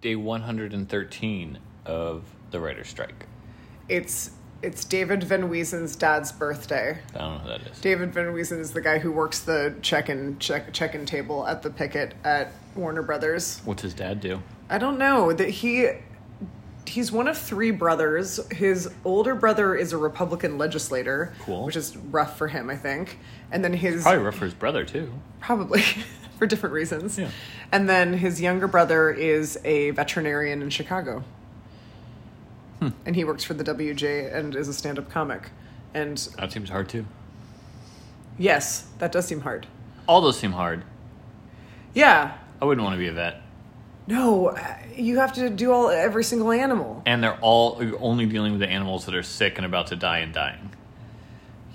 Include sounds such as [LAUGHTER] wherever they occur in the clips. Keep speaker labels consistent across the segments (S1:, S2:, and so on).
S1: day 113 of the writer's strike.
S2: It's it's David Van Wiesen's dad's birthday.
S1: I don't know who that is.
S2: David Van Wiesen is the guy who works the check-in check check-in table at the picket at Warner Brothers.
S1: What's his dad do?
S2: I don't know that he he's one of three brothers. His older brother is a Republican legislator,
S1: Cool.
S2: which is rough for him, I think. And then his
S1: Probably rough for his brother too.
S2: probably [LAUGHS] for different reasons.
S1: Yeah.
S2: And then his younger brother is a veterinarian in Chicago.
S1: Hmm.
S2: And he works for the WJ and is a stand-up comic. And
S1: That seems hard too.
S2: yes, that does seem hard.
S1: All those seem hard.
S2: Yeah.
S1: I wouldn't want to be a vet.
S2: No, uh, you have to do all every single animal.
S1: And they're all you're only dealing with the animals that are sick and about to die and dying.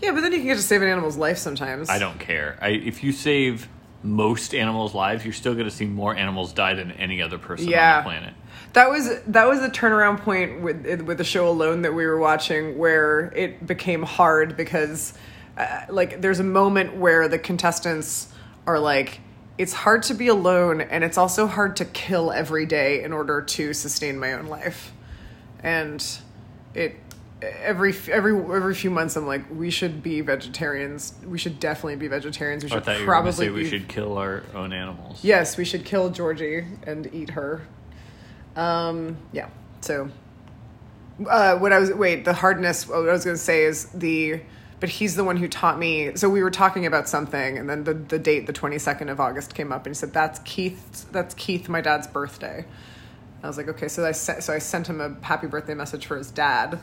S2: Yeah, but then you can get to save an animal's life sometimes.
S1: I don't care. I, if you save most animals' lives, you're still going to see more animals die than any other person on
S2: Yeah.
S1: the planet.
S2: That was that was a turnaround point with with the show alone that we were watching where it became hard because uh, like there's a moment where the contestants are like it's hard to be alone and it's also hard to kill every day in order to sustain my own life. And it every every every few months I'm like we should be vegetarians. We should definitely be vegetarians. We
S1: Oh, I
S2: should
S1: thought
S2: probably
S1: you were going to say
S2: be
S1: we should kill our own animals.
S2: Yes, we should kill Georgie and eat her. Um, yeah. So, uh, what I was wait the hardness. What I was going to say is the, but he's the one who taught me. So we were talking about something, and then the the date, the twenty second of August, came up, and he said, "That's Keith. That's Keith, my dad's birthday." I was like, okay. So I sent, so I sent him a happy birthday message for his dad,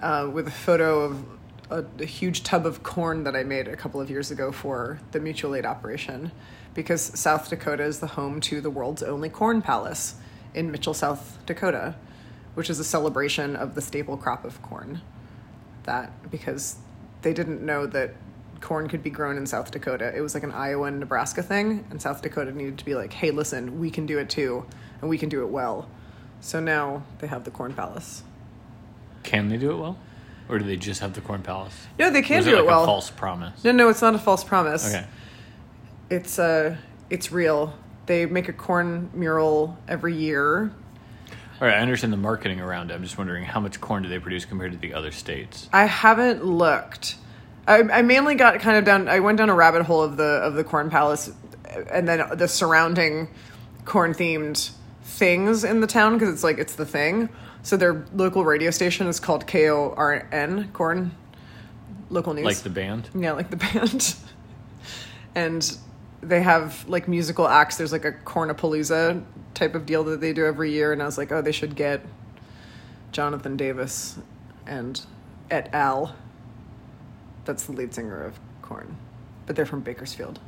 S2: uh, with a photo of. A, a huge tub of corn that I made a couple of years ago for the mutual aid operation, because South Dakota is the home to the world's only corn palace in Mitchell, South Dakota, which is a celebration of the staple crop of corn. That because they didn't know that corn could be grown in South Dakota. It was like an Iowa and Nebraska thing, and South Dakota needed to be like, hey, listen, we can do it too, and we can do it well. So now they have the corn palace.
S1: Can they do it well? Or do they just have the corn palace?
S2: No, they can
S1: Was
S2: do
S1: it like
S2: it well.
S1: a false promise?
S2: No, no, it's not a false promise.
S1: Okay.
S2: It's uh, it's real. They make a corn mural every year.
S1: All right, I understand the marketing around it. I'm just wondering how much corn do they produce compared to the other states?
S2: I haven't looked. I, I mainly got kind of down. I went down a rabbit hole of the of the corn palace, and then the surrounding corn themed things in the town because it's like it's the thing. So their local radio station is called K O R N Corn Local News.
S1: Like the band?
S2: Yeah, like the [LAUGHS] band. and they have like musical acts. There's like a cornapalooza type of deal that they do every year. And I was like, oh, they should get Jonathan Davis and et al. That's the lead singer of Corn. But they're from Bakersfield.